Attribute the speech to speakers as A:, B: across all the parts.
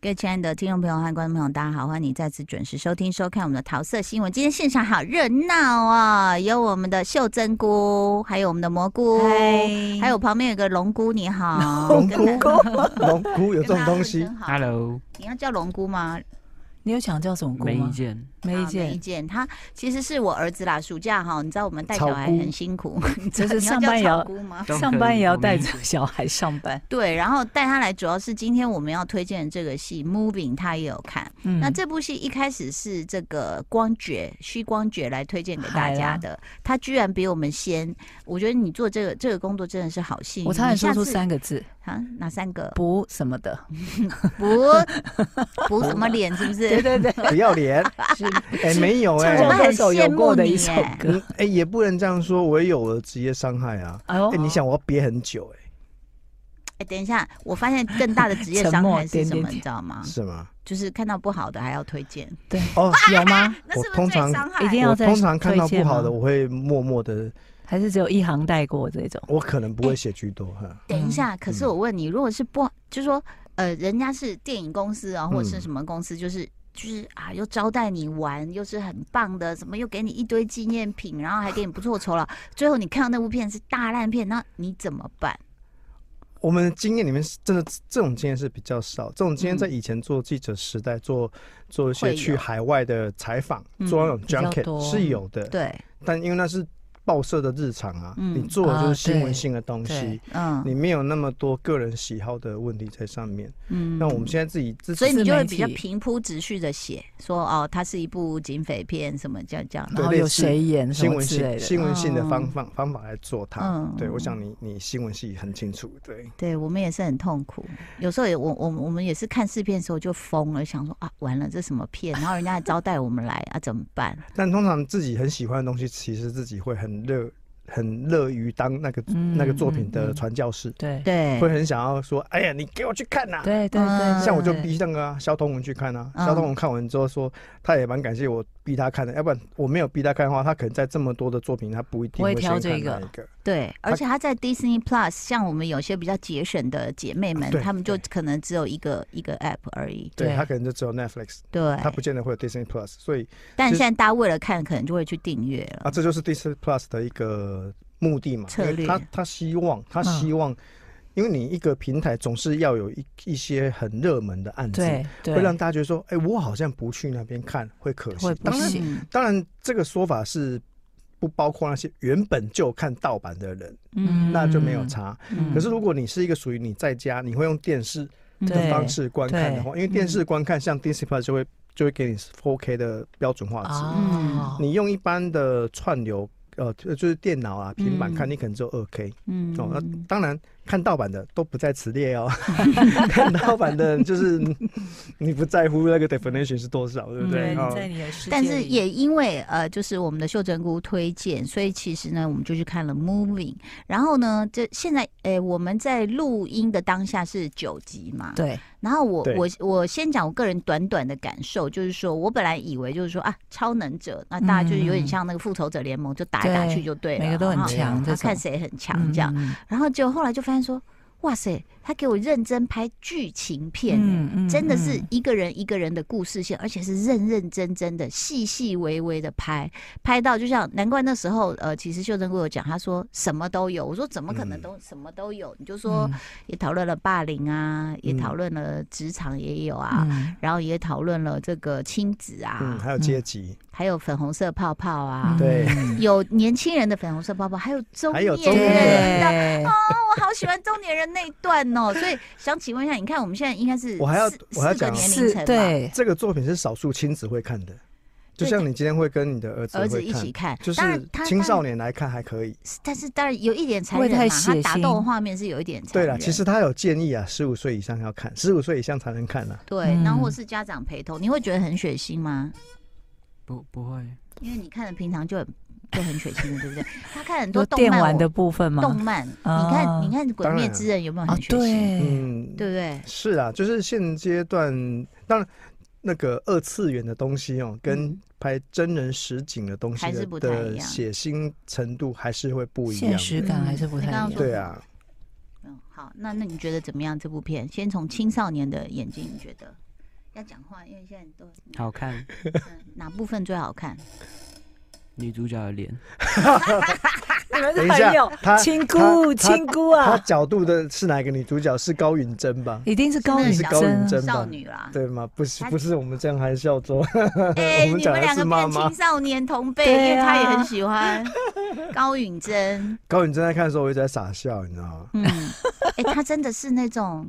A: 各位亲爱的听众朋友和观众朋友，大家好，欢迎你再次准时收听、收看我们的桃色新闻。今天现场好热闹啊、有我们的秀珍菇，还有我们的蘑菇，
B: 嗨
A: 还有旁边有个龙菇，你好，
C: 龙
A: 跟
C: 菇，龙菇有
A: 有
C: 这种东西，
D: Hello，
A: 你要叫龙菇吗？
B: 你有想叫什么菇
D: 没意
B: 吗？
D: 见。
B: 没意
A: 好没意
B: 见，
A: 见。他其实是我儿子啦，暑假哈，你知道我们带小孩
C: 草菇
A: 很辛 苦，
B: 就 是
A: 你要
B: 上
A: 叫
B: 班也
A: 草
B: 要
A: 菇吗？
D: 都可以
B: 上班也要带
D: 我没
B: 着小孩上 班。
A: 对，然后带他来，主要是今天我们要推荐的这个戏《Moving》，他也有看。
B: 嗯
A: 那这部戏一开始是这个光觉虚光觉来推荐给大
B: 海
A: 家
B: 拉
A: 的，他居然比我们先，我觉得你做这个这个工作真的是好幸运。
B: 我差点
A: 你
B: 说
A: 下
B: 出
A: 次
B: 三个字，
A: 啊，哪三个？
B: 不什么的。
A: 补补什么脸是不
B: 对
A: 是？
B: 对对，
C: 不要脸。 哎，没有 哎
A: 这我、们很
B: 歌手有
A: 羡慕
B: 过的
A: 你
B: 一首
A: 耶
B: 歌。
C: 哎，也不能这样说，我也有了职业伤害啊。
B: 哎呦
C: 哎，，你想我要憋很久哎，
A: 哎，等一下，我发现更大的职业
B: 沉
A: 伤
B: 默
A: 害是
B: 点
A: 什
B: 点
A: 么，你
B: 点
A: 知道吗？
C: 是吗？
A: 就是看到不好的还要推荐，
B: 对，
C: 哦，
B: 有吗？
A: 那
C: 我
A: 是不是
C: 通
A: 最
C: 常
A: 伤害？
B: 一定要
C: 我
B: 再
C: 通常看到
B: 推
C: 不
B: 荐
C: 好
B: 吗
C: 的，我会默默的，
B: 还是只有一行带过这种？
C: 我可能不会写居多哈。
A: 等一下，可是
C: 嗯
A: 我问你，如果是不，就是说，呃，人家是电影公司啊，或者是
C: 嗯
A: 什么公司，就是就是啊，又招待你玩，又是很棒的，什么又给你一堆纪念品，然后还给你不错酬劳，最后你看到那部片是大烂片，那你怎么办？
C: 我们的经验里面是真的这种经验是比较少，这种经验
A: 嗯
C: 在以前做记者时代做做
A: 会
C: 一些
A: 有
C: 去海外的采访，
B: 嗯
C: 做那种
B: 比较
C: junket
B: 多
C: 是有的，
A: 对，
C: 但因为那是报社的日常啊，
A: 嗯
C: 你做的就
B: 啊
C: 是新
B: 对
C: 闻性的东西
B: 对。
A: 嗯
C: 你没有那么多个人喜好的问题在上面。
A: 嗯
C: 那我们现在自己自
A: 所以你就会比
B: 自
A: 较
B: 媒体
A: 平铺直叙的写，说哦，它是一部警匪片，什么这样这样。
C: 对
B: 然后
C: 类
B: 有
C: 似
B: 谁演什
C: 新
B: 么
C: 闻
B: 之类的？
C: 性新闻性的方
A: 嗯
C: 方方法来做它
A: 嗯。
C: 对，我想你你新闻系很清楚。对，
A: 对我们也是很痛苦，有时候也我我我们也是看试片的时候就疯了，想说啊完了这什么片，然后人家还招待我们来啊怎么办？
C: 但通常自己很喜欢的东西，其实自己会很热很乐于当那个
B: 嗯
C: 那个作品的
B: 嗯嗯
C: 传教士，
B: 对对
A: 对，
C: 会很想要说：“哎呀，你给我去看呐！”
B: 对对对，
C: 像我就
B: 嗯对
C: 逼那个啊肖东文去看啊，
A: 嗯
C: 肖东文看完之后说，他也蛮感谢我逼他看的，要不然我没有逼他看的话，他可能在这么多的作品，他不一定
B: 不会
C: 会先
B: 挑
C: 看
B: 这个
C: 哪一个。
A: 对，而
C: 它
A: 且它在 Disney Plus，像我们有些比较节省的姐妹们，
C: 对
A: 她们就
C: 对
A: 可能只有一个一个 App 而已。
C: 对
B: 对嗯
C: 他可能就只有 Netflix，
A: 对，
C: 他不见得会有 Disney Plus，所以
A: 但
C: 其
A: 现
C: 实
A: 在大家为了看，可能就会去订阅了。
C: 啊，这就是 Disney Plus 的一个目的嘛，
A: 策略
C: 因为他他希望
B: 嗯
C: 他希望，因为你一个平台总是要有一一些很热门的案子，
B: 对对，
C: 会让大家觉得说，哎、我好像不去那边看会可惜
B: 会。
C: 当
B: 不
C: 然，
B: 行
A: 嗯
C: 当然这个说法是不包括那些原本就看盗版的人，
B: 嗯
C: 那就没有差。
A: 嗯
C: 可是如果你是一个属于你在家，你会用电视的
B: 对
C: 方式观看的话，因为电视观看
B: 嗯
C: 像 Disney Plus 就会就会给你 4K 的标准画质。
B: 啊，
A: 嗯
C: 你用一般的串流，呃，就是电脑啊、平板
A: 嗯
C: 看，你可能只有二 K、
A: 嗯
C: 哦。那当然，看盗版的都不在此 列哦。看盗版的，就是 你不在乎那个 definition 是多少，对不
B: 嗯
C: 对？
B: 对，
C: 哦
B: 你在你的世界里，
A: 但是也因为呃，就是我们的秀珍菇推荐，所以其实呢，我们就去看了《Moving》。然后呢，这现在诶、呃我们在录音的当下是九集嘛？
B: 对
A: 然后我
C: 对
A: 我我先讲我个人短短的感受，就是说我本来以为就是说啊，超能者那大家就是有点像那个复仇者联盟，就打来打去就对了，
B: 每个都很
A: 哈
B: 强，
A: 然
B: 这
A: 后看
B: 种嗯
A: 谁很强这样。，然后结果后来就发现说，哇塞，他给我认真拍剧情片、欸。
B: 嗯
A: 真的是一个人一个人的故事线，而且是认认真真的、细细微微的拍，拍到就像难怪那时候，呃，其实秀珍跟我讲，他说什么都有，我说怎么可能
C: 嗯
A: 都、什么都有？你就说
B: 嗯
A: 也讨论了霸凌啊，
C: 嗯
A: 也讨论了职场也有啊，
B: 嗯
A: 然后也讨论了这个亲子啊，
C: 嗯，还有阶级，
A: 还有粉红色泡泡啊。
C: 对
B: 嗯
A: 有年轻人的粉红色泡泡，还有中
C: 还有
A: 年
C: 中年
A: 人
C: 人
A: 的
B: 对，
A: 我好喜欢中年人那一段 哦，所以想请问一下，你看我们现在应该是
C: 我还要
A: 四
C: 我还要
A: 四个
C: 讲
A: 年龄
B: 是
A: 层吧，
B: 对，
C: 这个作品是少数亲子会看的，就像你今天会跟你的儿子
A: 儿
C: 会看，
A: 子一起看，
C: 就是
A: 当然他
C: 青少
A: 年，
C: 年来看还可以。
A: 但是当然有一点残忍
B: 不
A: 嘛，
B: 会太
A: 他
B: 血腥
A: 打斗的画面是有一点残
C: 对
A: 忍。
C: 了，其实他有建议啊，十五岁以上要看，十五岁以上才能看啊。
A: 对，
B: 嗯
A: 然后或是家长陪同，你会觉得很血腥吗？
D: 不不会，
A: 因为你看的平常就很就很血腥的，对不对？他看很多
B: 有
A: 动
B: 电
A: 漫
B: 玩
A: 我
B: 的部分吗？
A: 动漫，你
B: 啊
A: 看你看《鬼
C: 当
A: 灭
C: 然
A: 之刃》有没有
B: 啊
A: 很，血腥？
B: 对，
C: 嗯，
A: 对不对？
C: 是啊，就是现阶段，当然那个二次元的东西哦，跟
A: 嗯
C: 拍真人实景的东西
A: 还是
C: 的
A: 不太一
C: 的
A: 样
C: 血腥程度还是会不一
B: 现
C: 样。
B: 实感还是不太一
A: 嗯
B: 样
A: 你刚刚。说
C: 对啊，
A: 嗯，好，那那你觉得怎么样？这部片先从青少年的眼睛，你觉得？要讲话，因为现在很多
D: 好 看，
A: 嗯哪部分最好看？
D: 女主角的脸，
B: 你们是
C: 等一下
B: 朋友，
C: 他
B: 哎亲
C: 他
B: 姑
C: 他
B: 亲姑
C: 他
B: 啊，
C: 角度的是哪一个女主角？是高允贞吧？
B: 一定是高啊允
A: 是
C: 高允
B: 贞
C: 贞。
A: 少女啦。
C: 对吗？不是
A: 他，
C: 不是我们这样含笑说，
A: 哎、
C: 我们
A: 你
C: 讲
A: 们
C: 的
A: 两
C: 是
A: 个
C: 妈
A: 变
C: 妈
A: 青。少年同辈，因
B: 对
A: 为他也
B: 啊
A: 很喜 欢高允贞。
C: 高允贞在看的时候，我一直在傻笑，你知道吗？
A: 嗯，哎、他真的是那种，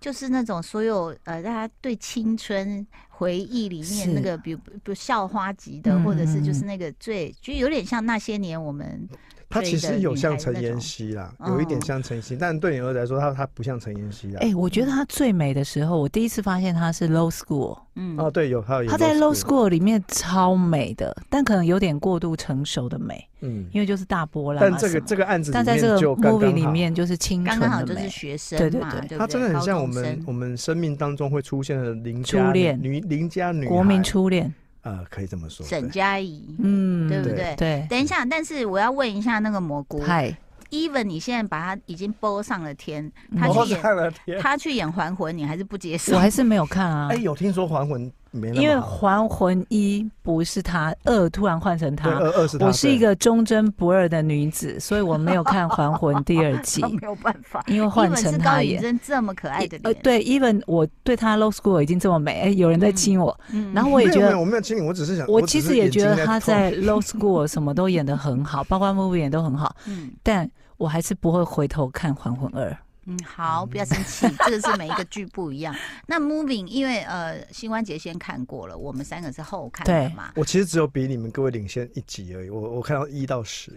A: 就是那种所有呃，大家对青春回忆里
B: 是嗯
A: 面那个，比如比如校花级的，或者是就是那个最，就有点像那些年我们
C: 她其
A: 追
C: 实
A: 的
C: 有
A: 女
C: 像
A: 孩子
C: 陈
A: 那
C: 妍
A: 种
C: 希啦，
A: 哦
C: 有一点像陈妍希，但对你儿子来说，她她不像陈妍希啦。
B: 嗯哎、我觉得她最美的时候，我第一次发现她是 Low School，
A: 嗯
C: 哦，对，有她有
B: 她在 Low
C: school，
B: School 里面超美的，但可能有点过度成熟的美，
C: 嗯，
B: 因为就是大波浪、啊。
C: 但这个这
B: 个，
C: 个案子里
B: 但在
C: 面
B: 这个
C: 就刚
B: movie
C: 刚
B: 里
C: 好，
B: 面就是清
A: 刚
B: 纯
A: 刚好
B: 的
A: 就
B: 美
A: 是。学生
B: 对对
A: 嘛，
B: 对
A: 对不
C: 她真的
A: 对
C: 很像
A: 高
C: 我
A: 中
C: 们
A: 生
C: 我们生命当中会出现的邻
B: 初
C: 家女
B: 恋
C: 女邻家女
B: 国民
C: 孩
B: 初恋，
C: 呃，可以这么说，
A: 沈
C: 对
A: 佳宜。
B: 嗯，
A: 对不
C: 对
A: 对？
B: 对，
A: 等一下，但是我要问一下那个蘑菇
B: 嗨，
A: ，even 你现在把他已经播上了天，她
B: 嗯
A: 去
C: 我
A: 演
C: 看了天，
A: 他去演还魂，你还是不接受
B: 我？还是没有看啊
C: 哎，，有听说还魂没那
B: 因为
C: 么
B: 《
C: 好，
B: 还魂一》不是他，二突然换成
C: 对，
B: 他。
C: 二二十，
B: 我是一个忠贞不二的女 子，所以我没有看《还魂》第二季
A: 他， 没有办法，
B: 因为换
A: even
B: 成
A: 是高
B: 他
A: 允
B: 演。
A: 贞这么可爱的
B: 呃，
A: 脸，
B: 对，even 我对他 low school 已经这么美，哎，有人在亲我，
A: 嗯，
B: 然后我
C: 没
B: 也
C: 有
B: 觉
C: 没
B: 得
C: 有，，我没有亲你，我只是想，
B: 我
C: 只
B: 其
C: 是
B: 实也
C: 眼
B: 觉
C: 睛
B: 得他
C: 痛
B: 在 low school 什么都演得很好，包括 movie 演都很好，
A: 嗯。
B: 但我还是不会回头看《还魂二》。
A: 嗯，好，不要生 气，这个是每一个剧不一样。那 Moving，因为呃，新关节先看过了，我们三个是后看的
B: 对
A: 嘛。
C: 我其实只有比你们各位领先一集而已，我我看到一到十，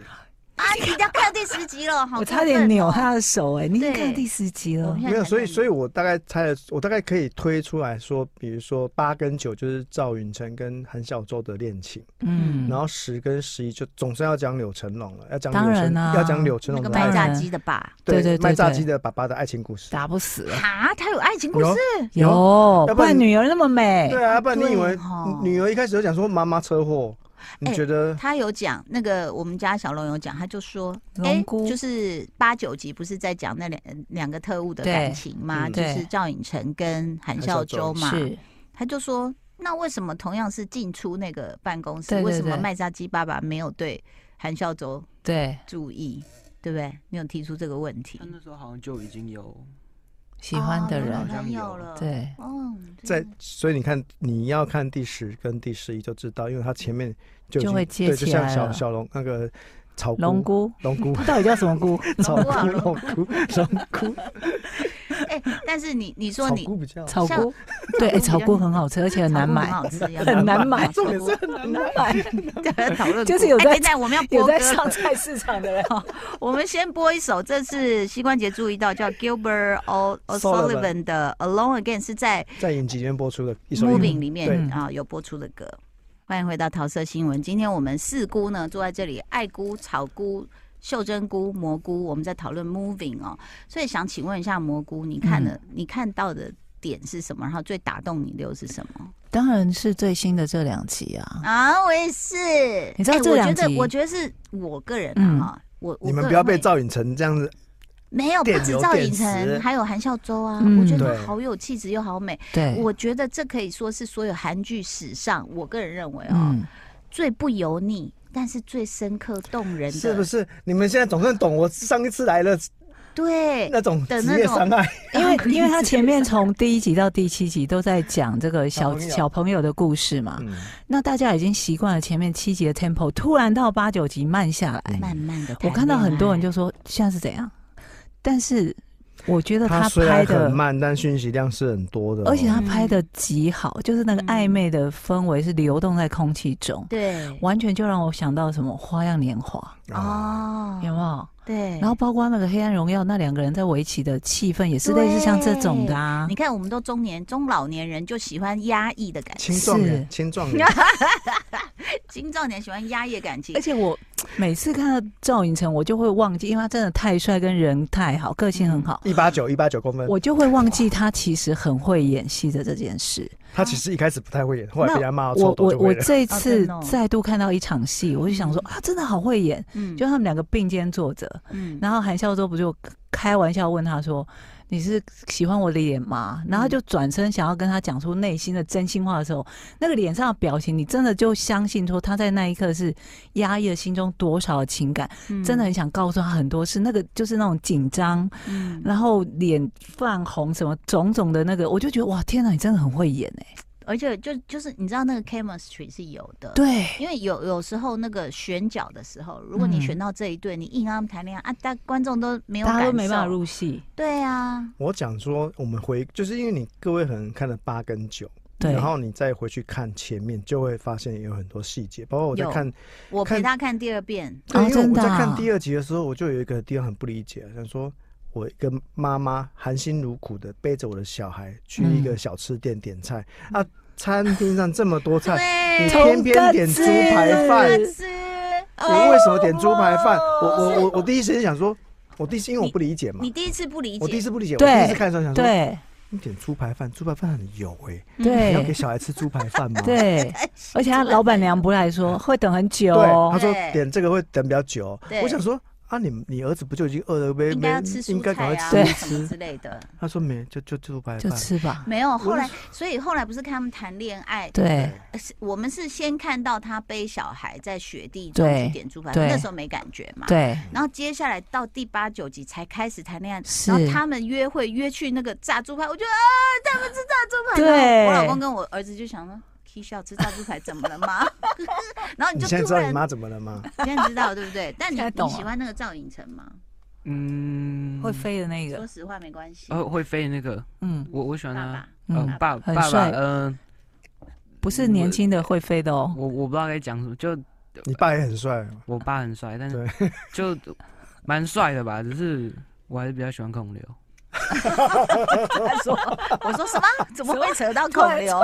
A: 啊，你一定要看到第十集了，好、
B: 我差点扭。他的手，哎，你已经
A: 哦对
B: 看第四集
A: 我
B: 了
A: 们现，在
C: 没有，
A: 才
C: 所以
A: 看
C: 所以我大概猜了，我大概可以推出来说，比如说八跟九就是赵云成跟韩小舟的恋情，
B: 嗯
C: 然，后十跟十一就总是要讲柳成龙了，要讲
B: 当
C: 柳成，
B: 然啊
C: 要讲柳成
A: 那
C: 龙
A: 个
C: 的
A: 卖
C: 爱
A: 炸
B: 当然
A: 鸡的吧？
B: 对对对
C: 卖炸
B: 对
C: 鸡的爸爸的爱情故事。
B: 打不死了。
A: 啊，他有爱情故
C: 有
A: 事
C: 啊，
B: 有
C: 有要，不
B: 不然
C: 然
B: 女儿那么美，
C: 对啊，不然你以为
A: 对哦
C: 女儿一开始就讲说妈妈车祸，你
A: 哎
C: 觉得
A: 他有讲那个我们家小龙有讲，他就说，
B: 龙
A: 哎、
B: 姑
A: 就是八九集不是在讲那两两个特务的
B: 对
A: 感情嘛，
C: 嗯
A: 就是
B: 对
A: 赵寅成跟韩
C: 韩
A: 孝
C: 孝
A: 周
C: 周
A: 嘛，他就说：“那为什么同样是进出那个办公室，
B: 对对
A: 为什么
B: 对
A: 麦莎鸡爸爸没有对韩孝周
B: 对，
A: 注意？对不对？你有提出这个问题
D: 他？那时候好像就已经有，
B: 喜欢的
A: 哦有
B: 人，
A: 男朋友
D: 好像有
A: 了，，
B: 对，
A: 哦，
C: 在
A: 真的？
C: 所以你看，你要看第十跟第十一就知道，因为他前面就已
B: 就
C: 经
B: 会接
C: 对，就
B: 起
C: 像
B: 来
C: 小
B: 了
C: 小龙那个草
B: 龙
C: 菇
B: 姑，
C: 龙菇
B: 她 到底叫什么姑？
C: 草
A: 龙菇啊
C: 菇龙菇龙 菇
A: 哎、但是你你说
C: 草
A: 你
C: 菇比较好
B: 草
A: 像
B: 菇，对，哎，
A: 草
B: 草
A: 菇比较
B: 菇很好吃，而且很
A: 草
B: 难
A: 菇
B: 买
A: 很，好 吃，要
B: 很难买
A: 草菇
B: 很难买，
A: 讨论过
B: 就是有
A: 哎
B: 在
A: 等一下我们要播
B: 有
A: 歌
B: 在，上菜市 场的人，
A: 我们先播一首，这是膝关节注意到叫 Gilbert O O'Sullivan 的《Alone Again》，是在
C: 在影集里面播出的一首英
A: Moving
C: 文
A: 里面
B: 对
A: 啊有播出的歌。欢迎回到桃色新闻，今天我们四姑呢坐在这里，爱姑、草姑、秀珍菇、蘑菇，我们在讨论 Moving 哦，所以想请问一下蘑菇，你看的、
C: 嗯
A: 你看到的点是什么？然后最打动你的又是什么？
B: 当然是最新的这两集啊，
A: 啊，我也是，
B: 你知道
A: 哎
B: 这两
A: 我觉得
B: 集
A: 我觉得是我个人
B: 嗯
A: 啊，我我
C: 你们
A: 个人
C: 不要被
A: 会
C: 赵允成这样子，
A: 没有不
C: 电
A: 止
C: 流
A: 赵
C: 电
A: 寅
C: 池
A: 成，还有韩孝周啊，
B: 嗯
A: 我觉得
C: 对哎
A: 她好有气质又好美，
B: 对，
A: 我哦觉得这可以说是所有韩剧史上，我个人认为哦。
B: 嗯，
A: 最不油腻，但是最深刻动人的，
C: 是不？是？你们现在总算懂我上一次来了
B: 哎
A: 对，
C: 那种
A: 的
C: 职
A: 那
C: 业
A: 种
C: 伤害。
B: 因为因为他前面从第一集到第七集都在讲这个小
C: 小朋友
B: 小朋友的故事嘛，
C: 嗯，
B: 那大家已经习惯了前面七集的 tempo，突然到八九集慢下来，
C: 嗯
A: 慢慢的，
B: 我看到很多人就说现在是怎样，但是我觉得
C: 他虽
B: 拍
C: 然很
B: 的，
C: 慢，但讯息量是很多的哦、
B: 而且他拍的极好，
A: 嗯
B: 就是那个暧昧的氛围是流动在空气中，
A: 对
B: 完全就让我想到什么《花样年华
C: 啊，
A: 哦》，
B: 有没有？
A: 对，
B: 然后包括那个《黑暗荣耀》那两个人在围棋的气氛也是类似像这种的啊
A: 你，看我们都中年中老年人就喜欢压抑的感情，
C: 青壮
B: 是
C: 年，青壮年，
A: 青壮年喜欢压抑的感情
B: 而，且我每次看到赵寅成，我就会忘记，因为他真的太帅，跟人太好，个性很好。
C: 一八九一八九公
A: 嗯
C: 分。
B: 我就会忘记他其实很会演戏的这件事。
C: 他其实一开始不太会演，后来
B: 那
C: 被他骂到
B: 我
C: 臭头
B: 我
C: 就
B: 我
C: 会了。
B: 这一
A: 哦
B: 次
A: 真的哦
B: 再度看到一场戏，我就想说
A: 嗯
B: 啊，真的好会演。
A: 嗯
B: 就他们两个并肩坐着，
A: 嗯
B: 然后韩孝周不就开玩笑问他说：“你是喜欢我的脸吗？”然后就转身想要跟他讲出内心的真心话的时候，那个脸上的表情，你真的就相信说他在那一刻是压抑了心中多少的情感，
A: 嗯
B: 真的很想告诉他很多事。那个就是那种紧张，
A: 嗯
B: 然后脸泛红，什么种种的那个，我就觉得哇，天哪，你真的很会演哎、
A: 而且就就是你知道那个 chemistry 是有的，，
B: 对，
A: 因为有有时候那个选角的时候，如果你
B: 嗯
A: 选到这一对，你硬让他们谈恋爱啊，大观众都没有
B: 大
A: 感
B: 家
A: 受，
B: 都没办法入戏，
A: 对啊，
C: 我讲说，我们回就是因为你各位可能看了八跟九，
B: 对，
C: 然后你再回去看前面，就会发现有很多细节，包括我在
A: 有
C: 看，
A: 我陪
C: 看
A: 他看第二遍，
C: 对，因为
B: 哦真
C: 我
B: 的
C: 在
B: 啊
C: 看第二集的时候，我就有一个地方很不理解，想说。我一个妈妈含辛茹苦的背着我的小孩去一个小吃店点菜、
B: 嗯
C: 啊，餐厅上这么多菜，
A: 对，
C: 你偏偏点猪排饭，
A: 难
C: 你
A: 吃，哦
C: 为什么点猪排饭？我我
A: 是
C: 我我第一时间想说，我第一时间因为我不理解嘛
A: 你，第一次不理
C: 我第一
A: 解，
C: 次不理解，我
B: 对
C: 第一次看的时候想说，
B: 对
C: 你点猪排饭，猪排饭很油哎，你要给
B: 对
C: 小孩吃猪排饭吗？
B: 对，而且他老板娘不来说会等很久
C: 对，
B: 哦、
C: 他说
A: 对
C: 点这个会等比较久
A: 对。
C: 我想说啊，你你儿子不就已经饿了呗？
A: 应该要吃
C: 应
A: 蔬
C: 该赶
A: 菜
C: 快
A: 啊，
C: 吃一
A: 什么
C: 吃。
A: 之类的。
C: 他说没，就就就猪排
B: 就
C: 饭。
B: 吃吧，
A: 没有，后
C: 我
A: 来
C: 是，
A: 所以后来不是看他们谈恋爱，
B: 对
A: 呃是我们是先看到他背小孩在雪地中
B: 对
A: 去点猪排饭，
B: 对
A: 那时候没感觉嘛。。
B: 对。
A: 然后接下来到第八九集才开始谈恋爱，
B: 是
A: 然后他们约会约去那个炸猪排，我觉得啊，他们吃炸猪排，
B: 对
A: 然后我老公跟我儿子就想说。k 笑吃炸猪排怎么了吗？ 然后你
C: 你
A: 就
C: 现在知
A: 突
C: 道
A: 然
C: 你妈怎么了吗？
A: 你现在知道对不对？但你
B: 现在
A: 你
B: 懂
A: 喜
B: 了
A: 欢那个赵寅成吗？
D: 嗯，
B: 会飞的那
A: 说
B: 个，哦
A: 实话没关系。
D: 呃会飞的那个，
B: 嗯，
D: 我我喜
A: 爸
D: 欢他
A: 爸，，
D: 呃
B: 嗯
D: 爸
B: 很
D: 爸
B: 帅
D: 爸，嗯，
B: 不是年轻的会飞的哦。
D: 我我不知道该讲什么，就
C: 你爸也很帅，
D: 我爸很帅，但是就蛮帅的吧，只是我还是比较喜欢孔刘。
B: 他说
A: 我说 什么？怎么会扯到孔刘？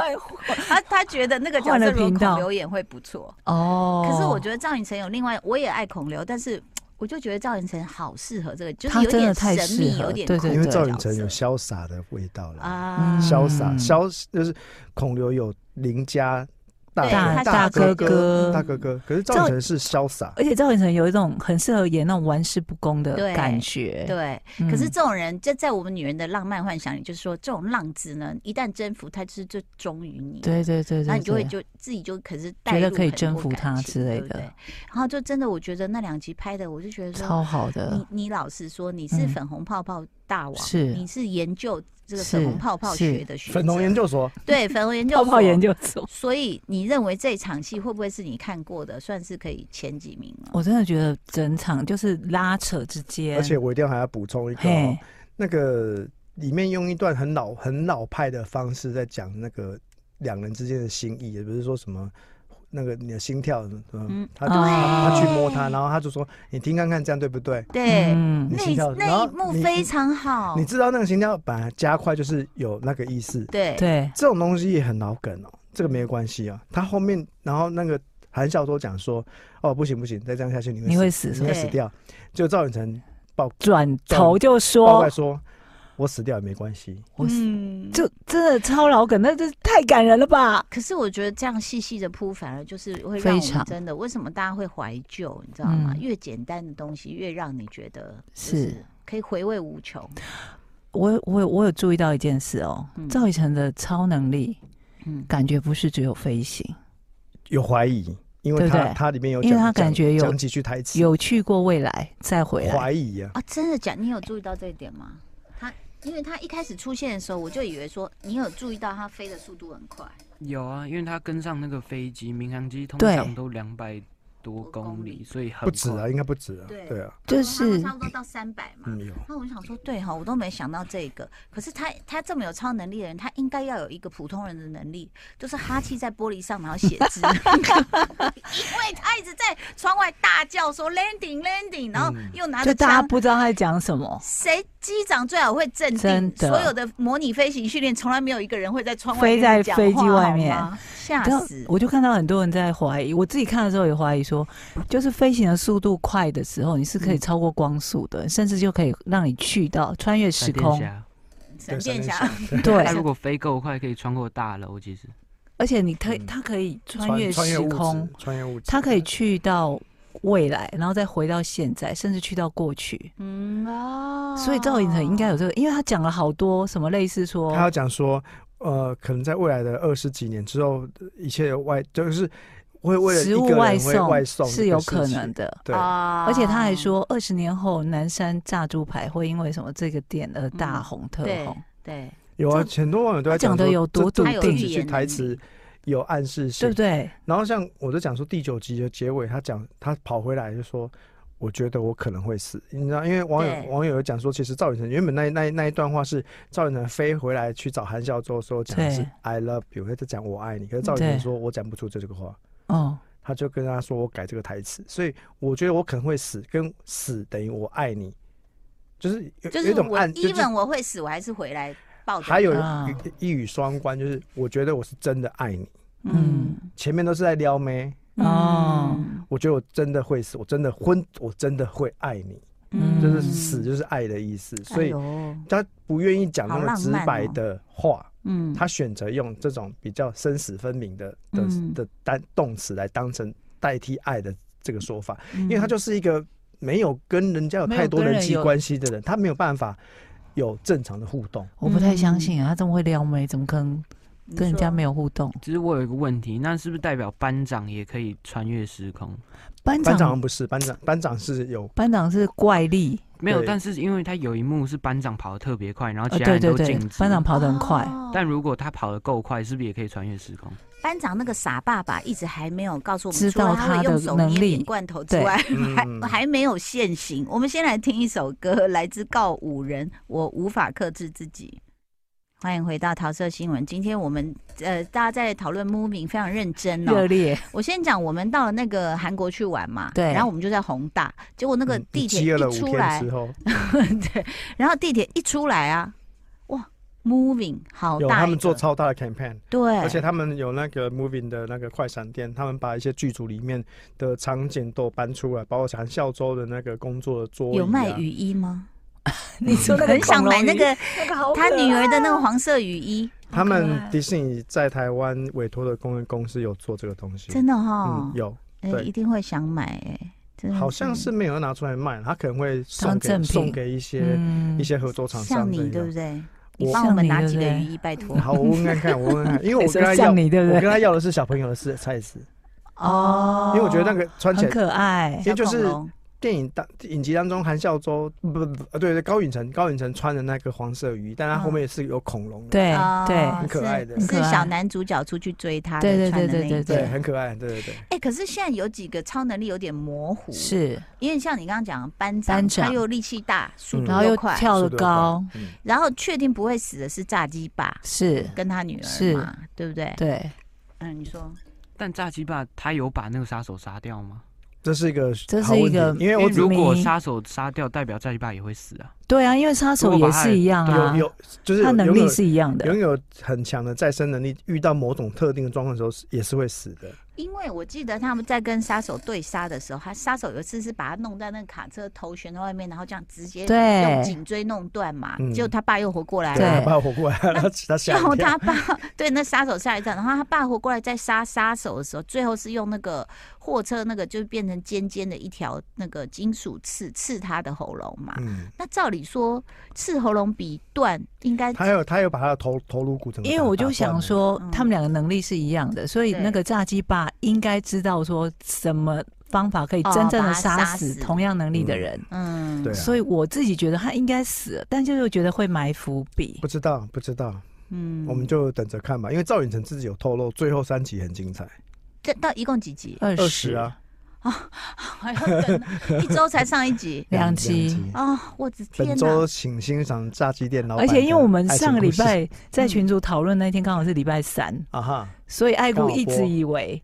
A: 他他觉得那个角
B: 换了
A: 色如
B: 频
A: 果
B: 道
A: 孔刘演会不错。
B: 哦，
A: 可是我觉得赵寅成有另外，我也爱孔刘，但是我就觉得赵寅成好适合这个，就是
B: 他
A: 有
B: 真的
A: 点
B: 太
A: 神
B: 适
A: 秘，
B: 合
A: 有点
B: 对
A: 酷
B: 对
A: 的
C: 因为
B: 对
C: 赵寅
A: 角
C: 成
A: 色
C: 有潇洒的味道了，
A: 啊，
B: 嗯
C: 潇洒潇就是孔刘有邻家
A: 对他是
C: 大大
A: 哥
C: 哥
B: 哥
C: 大哥哥，可是赵寅成是潇洒，
B: 而且赵寅成有一种很适合演那种玩世不恭的
A: 对
B: 感觉。
A: 对。
B: 嗯，
A: 可是这种人，就在我们女人的浪漫幻想里，就是说这种浪子呢，一旦征服他，就是就忠于你。
B: 对对对对，
A: 那你就会
B: 对
A: 就自己就可是带
B: 觉得
A: 入
B: 可以
A: 很多
B: 征服
A: 感
B: 他
A: 情
B: 之类
A: 对不
B: 的
A: 对然后就真的，我觉得那两集拍的，我就觉得说，
B: 超好的
A: 你，你老实说，你是
B: 呃嗯
A: 粉红泡泡大王，啊
B: 是
A: 你是研究这个粉
B: 是
A: 红泡泡
B: 是
A: 学的学
C: 粉红
A: 者
C: 研究所，
A: 对粉红研究
B: 泡泡
A: 所
B: 研究所，
A: 所以你认为这场戏会不会是你看过的，算是可以前几名了？
B: 我真的觉得整场就是拉扯之间，
C: 而且我一定要还要补充一个哦
B: 嘿，，
C: 那个里面用一段很老很老派的方式在讲那个两人之间的心意，也不是说什么那个你的心跳，
A: 嗯
C: 嗯，他就
B: 对
C: 他他去摸他，然后他就说你听看看这样对不对？
A: 对，
B: 嗯
C: 你
A: 那
C: 心跳然
A: 那
C: 后
A: 一幕
C: 你
A: 非常好
C: 你。知道那个心跳本来加快就是有那个意思，
A: 对，
B: 对，
C: 这种东西也很老梗哦，这个没有关系啊。他后面然后那个韩孝周讲说，哦不行不行，再这样下去你会
B: 你会
C: 死
B: 死
C: 你会死掉，就赵寅成
B: 转头就
C: 报
B: 说
C: 怪，说，我死掉也没关系。
B: 我死
A: 嗯，
B: 就真的超老梗，那真是太感人了吧？
A: 可是我觉得这样细细的铺，反而就是会让我
B: 非
A: 们
B: 常
A: 真的为什么大家会怀旧，你知道吗？
B: 嗯
A: 越简单的东西越让你觉得就是是可以回味无穷。
B: 我有我有我有注意到一件事哦
A: 嗯，
B: 赵寅成的超能力
A: 嗯，
B: 感觉不是只有飞行，
C: 有怀疑，因为
B: 对不
C: 他
B: 对
C: 他里面有
B: 因
C: 讲，
B: 为他感
C: 讲
B: 觉有
C: 讲几句台词，
B: 有去过未来再回来，
C: 怀疑啊，
A: 啊，真的假？你有注意到这一点吗？他因为他一开始出现的时候，我就以为说你有注意到他飞的速度很快，
D: 有啊，因为他跟上那个飞机，民航机通
B: 对
D: 常都两百多
A: 多公
D: 公
A: 里
D: 里，所以很
C: 不止
D: 快
C: 啊，应该不止啊，
A: 对啊
C: 对啊，
B: 就是
A: 差不多到三百嘛。
C: 嗯有。
A: 那我想说，对哈，我都没想到这个。可是他他这么有超能力的人，他应该要有一个普通人的能力，就是哈气在玻璃上，然后写字。 因为他一直在窗外大叫说 landing landing，然后又拿
B: 嗯就
A: 着
B: 大家
A: 枪。
B: 不知道他在讲什么。
A: 谁机长最好会镇定
B: 真？的
A: 所有的模拟飞行训练，从来没有一个人会在窗外
B: 飞
A: 面
B: 在
A: 讲
B: 飞机
A: 话
B: 外
A: 好
B: 面
A: 吗吓
B: 然后
A: 死！
B: 我就看到很多人在怀疑，我自己看的时候也怀疑说，就是飞行的速度快的时候，你是可
C: 嗯
B: 以超过光速的，甚至就可以让你去到穿越时
D: 闪电
B: 空。
D: 侠
A: 闪
C: 对
A: 电
C: 闪
A: 侠，
D: 他
B: 对，
C: 嗯
D: 如果飞够快，可以穿过大楼。其实
B: 而且你可以，
C: 嗯
B: 它可以穿
C: 穿
B: 越
C: 穿越
B: 时
C: 物
B: 空
C: 质，，穿越物质，
B: 它可以去到未来，然后再回到现在，甚至去到过去。
A: 嗯哦，
B: 所以赵寅成应该有这个，因为他讲了好多什么类似说，
C: 他要讲说，呃，可能在未来的二十几年之后，一切外就是会为了一
B: 食物
C: 个人
B: 外
C: 会
B: 送
C: 外送
B: 是
C: 这
B: 有
C: 个事
B: 可
C: 情
B: 能。的。
C: 对，
A: 啊
B: 而且他还说，二十年后南山炸猪排会因为什么这个店而大
A: 嗯
B: 红特
A: 对
B: 红。
A: 对，
C: 有啊，
B: 这
C: 很多网友都
B: 他
C: 在
B: 讲
C: 说
B: 得有
C: 这
B: 多
C: 这
B: 笃
C: 这
B: 定
C: 几句台词有暗示
B: 对
C: 性
B: 不。对？
C: 然后像我就讲说第九集的结尾，他讲他跑回来就说。我觉得我可能会死，你知道，因为网
A: 对
C: 友网友有讲说，其实赵寅成原本那那那一段话是赵寅成飞回来去找韩孝周的时候讲的是
B: 对
C: “I love you”，他在讲我爱你，可是赵寅成
B: 对
C: 说我讲不出这个话，
B: 哦，
C: 他就跟他说我改这个台词，所以我觉得我可能会死，跟死等于我爱你，就是有
A: 就
C: 有
A: 是
C: 一种
A: 我
C: 暗，就是
A: ，even 我会死，我还是回来抱着你。
C: 还有
B: 啊
C: 一一语双关，就是我觉得我是真的爱你，
A: 嗯
C: 前面都是在撩妹，
B: 哦
A: 嗯
C: 我觉得我真的会死，我真的昏，我真的会爱你，
B: 嗯
C: 就是死就是爱的意思，所以
A: 哎呦
C: 他不愿意讲那
A: 好
C: 么
A: 浪
C: 直
A: 漫哦
C: 白的话，
A: 嗯，
C: 他选择用这种比较生死分明的的
A: 嗯
C: 的单动词来当成代替爱的这个说法，
A: 因
C: 因为他就是一个没有跟人家有太多
B: 没有跟人
C: 人际
B: 有
C: 关系的人，他没有办法有正常的互动。
B: 我不太相
A: 嗯
B: 信啊，他怎么会撩妹？怎么可能跟人家没
A: 有
B: 有互动？
D: 其实我有一个问题，那是不是代表班长也可以穿越时空？
B: 班
C: 班长好
B: 长
C: 像不是班长，班长是有
B: 班长是怪力，
D: 没有，
C: 对
D: 但是因为他有一幕是班长跑得特别快，
C: 啊
D: 然后
B: 呃，
D: 其他
B: 对
D: 人
B: 对
D: 都
B: 对
D: 静止。，
B: 班长跑得很快，
A: 哦
D: 但如果他跑得够快，是不是也可以穿越时空？
A: 班长那个傻爸爸一直还没有告诉我们
B: 知
A: 出来
B: 道
A: 他
B: 他
A: 会用
B: 的
A: 手
B: 能
A: 捏
B: 力
A: 扁罐头出来，
C: 嗯
A: 还还没有现行。我们先来听一首歌，来自告五人，《我无法克制自己》。欢迎回到桃色新闻。今天我们呃，大家在讨论 moving 非常认真
B: 热
A: 哦。
B: 烈。
A: 我先讲，我们到了那个韩国去玩嘛，
B: 对
A: 然后我们就在宏大，结果那个
C: 嗯
A: 地铁
C: 饥饿了五
A: 一出来
C: 天之，后，
A: 对，然后地铁一出来啊，哇，moving 好
C: 有
A: 大一个，
C: 他们做超大的 campaign。
A: 对，
C: 而且他们有那个 Moving 的那个快闪店，他们把一些剧组里面的场景都搬出来，包括像孝周的那个工作的桌椅、啊，
A: 有卖雨衣吗？
B: 你说那个
A: 很想买那个
B: 那个好
A: 他女儿的那个黄色雨衣，
C: 他们
B: 爱
C: 迪士尼在台湾委托的公公司有做这个东西，
A: 真的
C: 嗯
A: 哈，，
C: 有，
A: 哎
C: 对
A: 一定会想买哎，真的
C: 好像是没有拿出来卖，他可能会送
B: 当
C: 给
B: 赠品
C: 送给一些、
B: 嗯
C: 一些合作厂商
A: 像
C: 的
A: 你
C: 一
A: 对不
C: 样。
A: 对？
C: 我
A: 你帮我们拿
B: 像你
A: 几个
B: 对不
A: 雨
B: 对
A: 衣，拜托。
C: 好，我问看看，我问看， 因为我跟他
B: 说
C: 要，
B: 像你对不
C: 我
B: 对
C: 跟他要的是小朋友的是菜子，
A: 哦
B: 哦，
C: 因为我觉得那个穿起
B: 很
C: 来，
B: 可爱
C: 因，为就
A: 小恐
C: 是
A: 龙
C: 电影当影集当中，韩孝周不不不，呃对对，高允成高允成穿的那个黄色雨衣，但他后面也是有恐龙的，
B: 对
A: 哦
B: 对，
C: 很可
A: 是
C: 爱的
A: 是
B: 很可爱
A: 小男主角出去追他的，
B: 对对
A: 穿的
B: 对
A: 那
B: 对
A: 一
B: 对
A: 件
C: 很可爱，对对对，
A: 哎，可是现在有几个超能力有点模糊，
B: 是，
A: 因为像你刚刚讲的班
B: 班
A: 他
B: 长
A: 又力气大，速
C: 嗯
A: 度
B: 然后又
A: 快，
B: 跳
C: 速
B: 得
C: 度又
B: 高，
C: 快，嗯
A: 然后确定不会死的是炸鸡爸
B: 是，
A: 跟他女儿
B: 是
A: 嘛，对不对？
B: 对，
A: 嗯，你说
D: 但炸鸡爸他有把那个杀手杀掉吗？
C: 这是一个
B: 这
C: 好
B: 是一
C: 问题
B: 个
C: 因为
D: 因
C: 哎我
D: 为
C: 只
D: 如果
B: 迷
D: 杀手杀掉，代表炸鸡爸也会死啊。
B: 对啊，因为杀手
D: 如果
B: 也
D: 把他
B: 是一样啊
C: 有，有就是
B: 他
C: 有
B: 能
C: 有没
B: 力
C: 有
B: 是一样的
C: 拥，有很强的再生能力，遇到某种特定的状况的时候是也是会死的。
A: 因为我记得他们在跟杀手对杀的时候，他杀手有一次是把他弄在那个卡车头悬在外面，然后这样直接用
B: 对，
A: 颈椎弄断嘛，
C: 嗯
A: 结果他爸又活过来
B: 对
A: 了。
C: 他把我活过来，然后他吓
A: 然后
C: 一跳。
A: 他爸对那杀手吓一跳，然后他爸活过来在杀杀手的时候，最后是用那个货车那个就是变成尖尖的一条那个金属刺刺他的喉咙嘛。
C: 嗯，
A: 那照理说刺喉咙比断应该
C: 他有他有把他的头头颅骨整个
B: 因为
C: 打
B: 我就想，说
A: 嗯，
B: 他们两个能力是一样的，所以
A: 对
B: 那个炸鸡爸应该知道说什么方法可以真正
A: 哦把他
B: 的杀
A: 杀
B: 死
A: 死
B: 同样能力的人。
A: 嗯
C: 对啊
B: 所以我自己觉得他应该死了，但就是又觉得会埋伏笔
C: 打断了不。知道不知道，
A: 嗯
C: 我们就等着看吧。因为赵寅成自己有透露，最后三集很精彩，
A: 这到一共几集？
B: 二
C: 二十，啊，
A: 还要 等一周才上一 集
B: 两期。
A: 啊、我的天
C: 本
A: 哪！
C: 周请欣赏炸鸡店老板
B: 而
C: 的爱
B: 且
C: 情故事。
B: 因为我们上个礼拜
A: 嗯
B: 在群组讨论那天刚好是礼拜三，
C: 啊哈，
B: 所以爱
C: 刚
B: 姑
C: 好
B: 一
C: 播
B: 直以为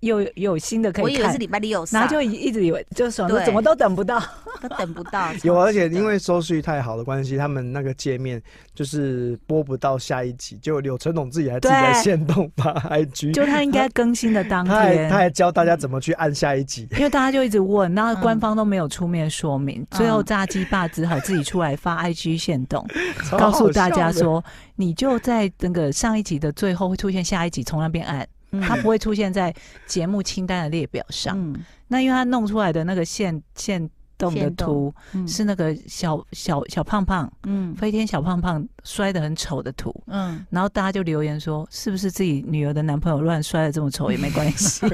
B: 又有有新的可
A: 我
B: 以
A: 以为
B: 看
A: 是，礼拜六上，
B: 然后就一直以为就爽说
A: 对
B: 怎么都等不 到。
A: 都等不到。
C: 有，啊而且因为收视率太好的关系，他们那个界面就是播不到下一集，就柳成龙自己还自己在
B: 对
C: 线动发 IG，
B: 就他应该更新的当
C: 他还
B: 天，
C: 他还教大家怎么去按下一集。
B: 因为大家就一直问，然后
A: 嗯
B: 官方都没有出面说明，最后
A: 嗯
B: 炸鸡爸只好自己出来发 IG 限 动，
C: 超好
B: 告诉大家
C: 笑的，
B: 说，你就在那个上一集的最后会出现下一集，从那边按，
A: 嗯
B: 它不会出现在节目清单的列表上。
A: 嗯
B: 那因为它弄出来的那个线线动的
A: 线动
B: 图
A: 嗯
B: 是那个小小小胖胖
A: 嗯
B: 飞天小胖胖摔得很丑的图，
A: 嗯，
B: 然后大家就留言说，是不是自己女儿的男朋友乱摔的这么丑也没关 系？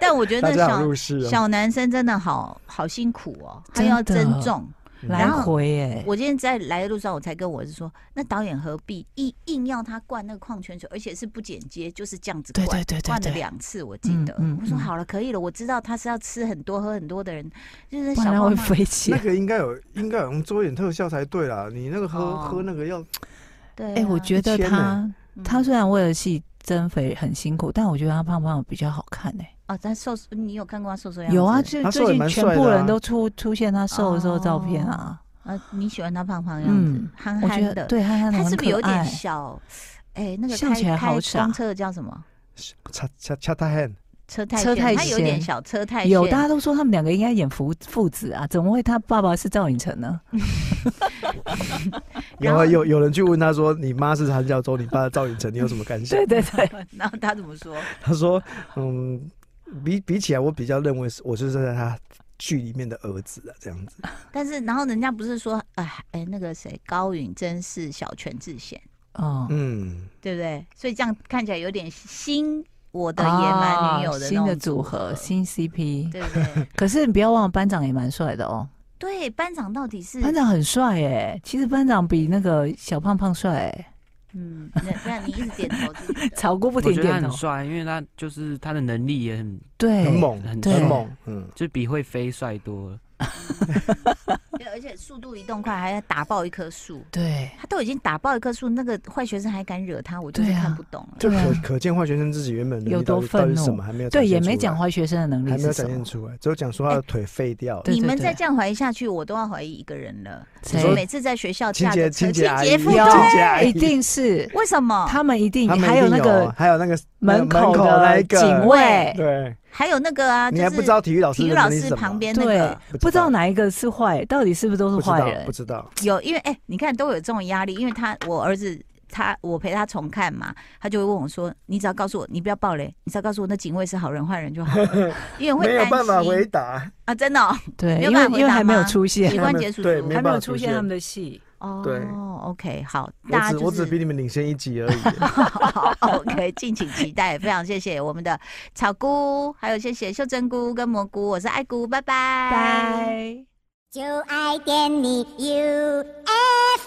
A: 但我觉
C: 大
A: 得
C: 家
A: 小
C: 好入世哦。
A: 小男生真的好好辛苦哦，他
B: 真
A: 要
B: 的
A: 增重。
C: 嗯
B: 来
A: 然后
B: 回耶、
A: 我今天在来的路上，我才跟我儿子说，那导演何必硬硬要他灌那个矿泉水，而且是不剪接，就是这样子灌，
B: 对对对对
A: 灌了
B: 对
A: 两次，我记得。
B: 嗯嗯
A: 我说
B: 嗯
A: 好了，可以了，我知道他是要吃很多、喝很多的人，就是
B: 不
A: 小
B: 然
A: 胖
B: 会
A: 胖
B: 飞起
C: 那
B: 来。
C: 个应该有，应该有用做一点特效才对啦。你那个喝、
A: 哦
C: 喝那个要，
A: 对、啊，
B: 哎、我觉得
C: 一千
B: 他
C: 呢
A: 嗯
B: 他虽然为了戏增肥很辛苦，但我觉得他胖胖比较好看哎、
A: 哦，他瘦，你有看过他瘦瘦样子？
B: 有啊，最
C: 他瘦
B: 最
C: 也
B: 近
C: 蛮
B: 全
C: 帅的
B: 部
C: 啊
B: 人都出出现他瘦的时候照片啊，
A: 呃，你喜欢他胖胖的样子
B: 嗯，
A: 憨
B: 我
A: 哦
B: 觉
A: 憨
B: 得
A: 的，
B: 对憨憨
A: 他
B: 的很
A: 是不是
B: 可
A: 有点
B: 爱。
A: 小？哎，那个
B: 笑
A: 开
B: 起来好
A: 开
B: 傻
A: 公车叫什么？
C: 恰恰恰他 hand，
A: 车太
B: 车
A: 炫
B: 太
A: 他有点
B: 炫
A: 小车太
B: 有，
A: 炫
B: 大家都说他们两个应该演父父子啊，怎么会他爸爸是赵寅成呢？
A: 然
C: 然
A: 后
C: 后有有人去问他说：“你妈是韩孝周，你爸是赵寅成，你有什么感想
B: 对对 对，
A: 然后他怎么说？？”
C: 他说：“嗯，比比起来，我比较认为是我是站在他剧里面的儿子啊，这样子。
A: 但是，然后人家不是说，哎哎，那个谁，高允真是小全智贤，
B: 哦，
C: 嗯，
A: 对不对？所以这样看起来有点新我的野蛮女友
B: 啊
A: 的那
B: 新
A: 种
B: 的组合，新 CP。
A: 对不对？
B: 可是你不要忘了，班长也蛮帅的哦。
A: 对，班长到底是
B: 班长很帅哎，其实班长比那个小胖胖帅哎。
A: 嗯，那那你一直点头 自己的，
B: 草菇不
D: 我
B: 停
D: 觉得他
B: 点头
D: 很，帅，因为他就是他的能力也很，
B: 对，
C: 很猛，
D: 很
B: 哎对
C: 很猛，嗯，
D: 就比会飞帅多了。
A: 对，而且速度移动快，还要打爆一棵树。
B: 对，
A: 他都已经打爆一棵树，那个坏学生还敢惹他，我就是
B: 对啊
A: 看不懂了。
C: 就
B: 对啊
C: 可可见坏学生自己原本能
B: 有
C: 力到
B: 多
C: 底
B: 愤
C: 到底
B: 怒
C: 是什么还没有展
B: 对，
C: 现
B: 也
C: 出
B: 没
C: 来
B: 讲坏学生的能力
C: 啊还没有
B: 是
C: 展
B: 什
C: 现
B: 么。哎
C: 出来，只有讲说他的腿废掉了
B: 对。
A: 你们再这样怀疑下去，我都要怀疑一个人了。
B: 谁
A: 我每次在学校
C: 清
A: 架
C: 洁
A: 着车，
C: 清洁阿姨，
A: 洁妇
C: 清洁
A: 对，
C: 阿姨
B: 一，定是
A: 为什么？
B: 他们一定，
C: 啊他们
B: 还
C: 一
B: 有
C: 定
B: 那个
C: 还有那个
B: 门
C: 口
B: 口
C: 那
B: 的
C: 一个
B: 警卫，
C: 对，
A: 还有那个啊，
C: 你
A: 就
C: 还
A: 是
C: 不知道体育老师
A: 体育
C: 的
A: 老
C: 能力是
A: 师
C: 什么
A: 旁边那
B: 对
A: 个，
B: 不知道哪一个是坏，到底是不是都
C: 不
B: 是
C: 知
B: 坏
C: 道
B: 人
C: 不？知道，
A: 有，因为哎、你看都有这种压力，因为他我儿子他我陪他重看嘛，他就会问我说：“你只要告诉我，你不要爆雷，你只要告诉我那警卫是好人坏人就好了，因为会
C: 没有办法
A: 担
C: 回
A: 心
C: 答。
A: 啊，真的、哦、
B: 对，
A: 没有
B: 因为
A: 办法
B: 因
A: 回
B: 为
A: 答
B: 还没有
A: 吗
B: 出现
A: 习，
C: 还
A: 惯
C: 没
A: 结束
C: 对
A: 术
C: 没
B: 还没有
C: 办法
B: 出
C: 出
B: 现
C: 现
B: 他们的戏。
A: 哦。
C: 对
A: OK，好，
C: 我
A: 大家
C: 只
A: 就
C: 我只比
A: 是
C: 你们领先一级而已。
A: OK，敬请期待，非常谢谢我们的草菇，还有谢谢秀珍菇跟蘑菇，我是爱菇，拜拜。
B: 拜。
E: 就爱点你 UFO。